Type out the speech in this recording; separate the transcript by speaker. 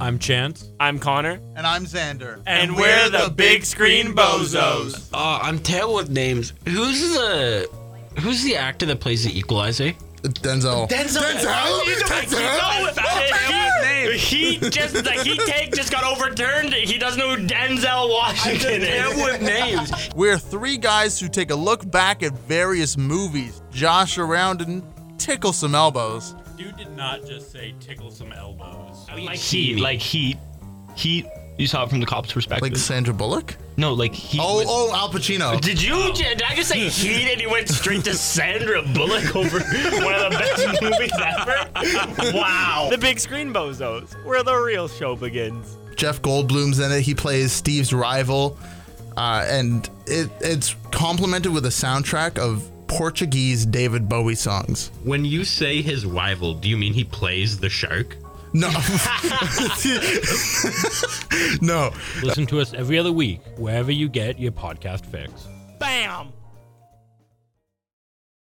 Speaker 1: I'm Chance.
Speaker 2: I'm Connor,
Speaker 3: And I'm Xander.
Speaker 2: and, we're the Big Screen Bozos.
Speaker 4: Uh, I'm terrible with names. Who's the Who's the actor that plays the Equalizer?
Speaker 5: Denzel.
Speaker 4: Denzel.
Speaker 2: Like, you know about it. He, he just like he take just got overturned. He doesn't know who Denzel Washington
Speaker 4: Terrible
Speaker 2: is.
Speaker 4: with names.
Speaker 3: We're three guys who take a look back at various movies, josh around, and tickle some elbows.
Speaker 1: You did not just say tickle some elbows.
Speaker 2: Like
Speaker 4: Heat,
Speaker 2: heat, like heat, heat. You saw it from the cop's perspective.
Speaker 5: Like Sandra Bullock?
Speaker 2: no, like heat.
Speaker 5: Oh,
Speaker 2: was-
Speaker 5: oh, Al Pacino.
Speaker 2: Did you? Did I just say Heat and you went straight to Sandra Bullock over one of the best movies ever? Wow. The Big Screen Bozos, where the real show begins.
Speaker 5: Jeff Goldblum's in it. He plays Steve's rival, uh, and it it's complemented with a soundtrack of Portuguese David Bowie songs.
Speaker 6: When you say his rival, do you mean he plays the shark?
Speaker 5: No, no.
Speaker 1: Listen to us every other week, wherever you get your podcast fix.
Speaker 2: Bam!